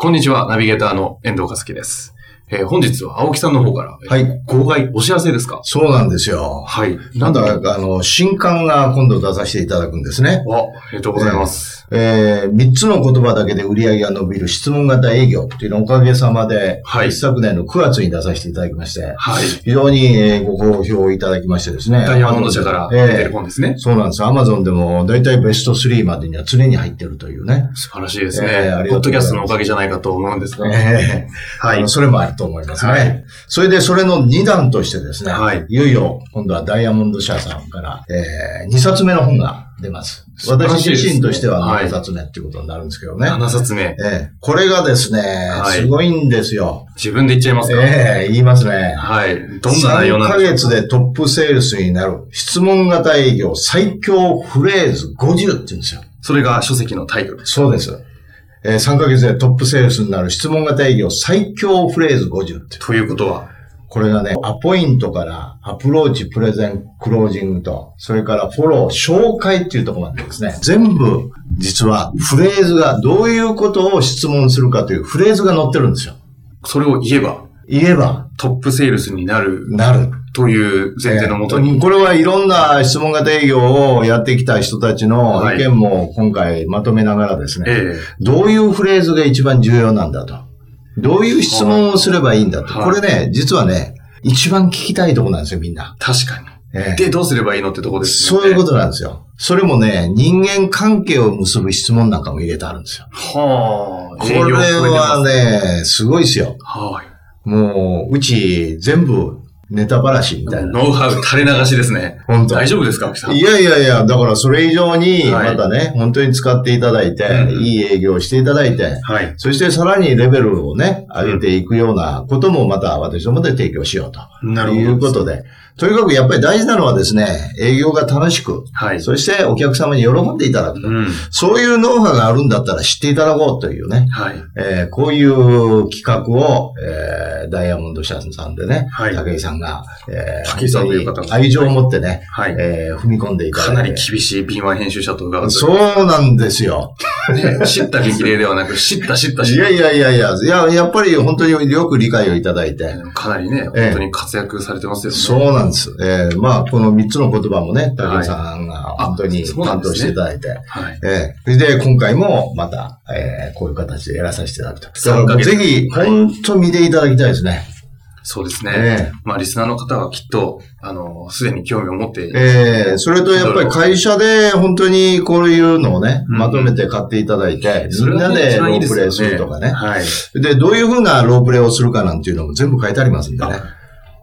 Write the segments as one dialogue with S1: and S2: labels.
S1: こんにちは、ナビゲーターの遠藤和樹です。えー本日は青木さんの方から、
S2: はい
S1: えー。号外お知らせですか
S2: そうなんですよ。
S1: はい。
S2: なんだか、あの、新刊が今度出させていただくんですね。
S1: あ、ありがとうございます。
S2: えー、3つの言葉だけで売り上げが伸びる質問型営業っていうのをおかげさまで、
S1: はい
S2: 一昨年の9月に出させていただきまして、
S1: はい。
S2: 非常にえーご好評いただきましてですね。
S1: ダイヤモンド社から出て
S2: え
S1: る本ですね
S2: え。そうなんです。アマゾンでも大体ベスト3までには常に入ってるというね。
S1: 素晴らしいですね。
S2: えーあり
S1: ポッド
S2: がとうございます
S1: キャストのおかげじゃないかと思うんですが。
S2: ええ
S1: は
S2: あ
S1: い
S2: の。それもあると思いますね。
S1: はい
S2: それで、それの2弾としてですね、
S1: はい
S2: い、よいよ、今度はダイヤモンド社さんから、え2冊目の本が出ます。
S1: 素晴らしい
S2: 私
S1: ですね
S2: 自身としては
S1: はい
S2: 7冊目っていうことになるんですけどね。
S1: 7冊目。
S2: ええこれがですね、
S1: はい
S2: すごいんですよ。
S1: 自分で言っちゃいますか、
S2: ええ言いますね。
S1: はい。どんな内容なん
S2: 3
S1: で
S2: ヶ
S1: しょ
S2: 月でトップセールスになる質問型営業最強フレーズ50って言うんですよ。
S1: うそれが書籍のタイトル。
S2: そうです。え3ヶ月でトップセールスになる質問型営業最強フレーズ50って。
S1: ということは、
S2: これがね、アポイントからアプローチ、プレゼン、クロージングと、それからフォロー、紹介っていうところまでですね、全部実はフレーズがどういうことを質問するかというフレーズが載ってるんですよ。
S1: それを言えば、
S2: 言えば
S1: トップセールスになる
S2: なる。
S1: という前提のもとに、
S2: これはいろんな質問型営業をやってきた人たちの意見も今回まとめながらですね、
S1: ええ
S2: どういうフレーズが一番重要なんだと。どういう質問をすればいいんだと。
S1: はい
S2: これね、実はね、一番聞きたいところなんですよ、みんな。
S1: 確かに。
S2: ええ
S1: で、どうすればいいのってとこですよ
S2: そう
S1: ね。
S2: いうことなんですよ。それもね、人間関係を結ぶ質問なんかも入れてあるんですよ。
S1: はあ、
S2: これは
S1: ね。
S2: ね、すごいですよ。
S1: はい。
S2: もう、うち全部ネタばらしみたいな。
S1: ノウハウ垂れ流しですね。
S2: 本当
S1: 大丈夫ですか、秋さん。
S2: いやいやいや、だからそれ以上に、
S1: はい
S2: またね、本当に使っていただいて、
S1: うん
S2: いい営業をしていただいて、
S1: はい。
S2: そしてさらにレベルをね、上げていくようなこともまた私どもで提供しようと。
S1: な
S2: ということで。とにかくやっぱり大事なのはですね、営業が楽しく、
S1: はい。
S2: そしてお客様に喜んでいただく。
S1: うん。
S2: そういうノウハウがあるんだったら知っていただこうというね、
S1: はい。
S2: えーこういう企画を、えーダイヤモンド社さんでね、
S1: はい
S2: 武井さんが、え
S1: 武井さんという方が
S2: 本当に愛情を持ってね、
S1: はい。
S2: えー踏み込んでいただい
S1: か
S2: て
S1: なり厳しい敏腕編集者と伺って
S2: そうなんですよ。
S1: おります、ね、知った激励では なく、知った知った知
S2: い
S1: っ
S2: やいやいやいや、いや、やっぱり本当によく理解をいただいて、
S1: た。かなりね、
S2: ええ
S1: 本当に活躍されてますよね。
S2: そう
S1: う。
S2: なんです。えーまあ、この3つの言葉もね、
S1: はい
S2: 武井さんが本当に
S1: あそうなん
S2: 担
S1: ですね
S2: 当していただいて、
S1: はい。
S2: ええ。それで、今回もまた、ええ、こういう形でやらさせていただくと。だ
S1: 3
S2: か
S1: ヶ
S2: ら、
S1: 月
S2: ぜひ、
S1: はい
S2: 本当見ていただきたいですね。
S1: そうです
S2: え
S1: ね。
S2: え
S1: まあ、リスナーの方はきっと、あの、すでに興味を持って、
S2: ええそれとやっぱり会社で本当にこういうのをね、
S1: うん
S2: まとめて買っていただいて、みんなでロープレイするとかね。
S1: はい。
S2: で、どういうふうなロープレイをするかなんていうのも全部書いてありますんでね。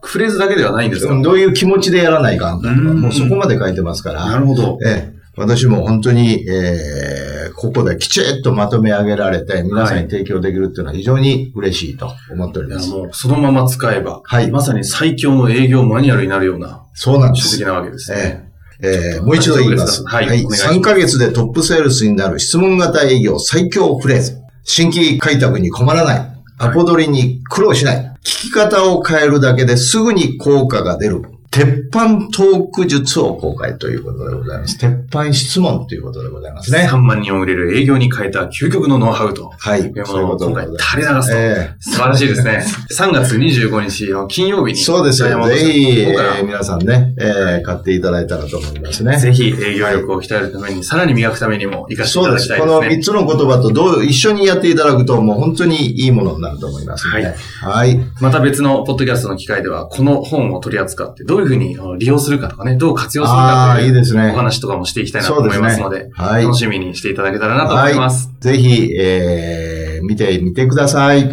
S1: フレーズだけではないんですか、
S2: どういう気持ちでやらないかんかとか、
S1: うん
S2: もうそこまで書いてますから、
S1: るほど。
S2: ええ私も本当に、ええここできちっとまとめ上げられて、皆さんに提供できるっていうのは非常に嬉しいと思っており
S1: いや
S2: ます。
S1: もう、そのまま使えば、
S2: はい
S1: まさに最強の営業マニュアルになるような
S2: そうなんで
S1: 書
S2: す
S1: 籍。なわけですね。
S2: えーもう一度言います。
S1: はいお願いします
S2: 3ヶ月でトップセールスになる質問型営業最強フレーズ。新規開拓に困らない。アポ取りに苦労しない。聞き方を変えるだけですぐに効果が出る。鉄板トーク術を公開ということでございます。鉄板質問ということでございますね。
S1: 3万人を売れる営業に変えた究極のノウハウと。
S2: はい。
S1: いや
S2: そういう
S1: も
S2: こ
S1: う
S2: と
S1: 今
S2: で
S1: 回
S2: ございます。
S1: 垂れ流すと。
S2: え
S1: 素晴らしいですね。3月25日の金曜日に。
S2: ーそうです
S1: ダイヤ
S2: よ。
S1: モンド
S2: ぜ
S1: 社
S2: ひ、え
S1: の方から
S2: ー皆さんね、えー買っていただいたらと思いますね。
S1: ぜひ営業力を鍛えるために、さらに磨くためにも活かしてい
S2: そ
S1: た
S2: う
S1: だ
S2: で
S1: き
S2: す。
S1: たい
S2: この
S1: です
S2: 3
S1: ね。
S2: つの言葉とどう一緒にやっていただくと、もう本当にいいものになると思いますので。
S1: は
S2: はいい。
S1: また別のポッドキャストの機会では、この本を取り扱って、どういうふうにあの利用するかとかね、どう活用するか
S2: ああ
S1: と
S2: ー、
S1: い
S2: いういです
S1: お
S2: ね。
S1: 話とかもしていきたいなと思いますので、
S2: はい。
S1: 楽しみにしていただけたらなと思います。
S2: ぜひ、えー、見てみてください。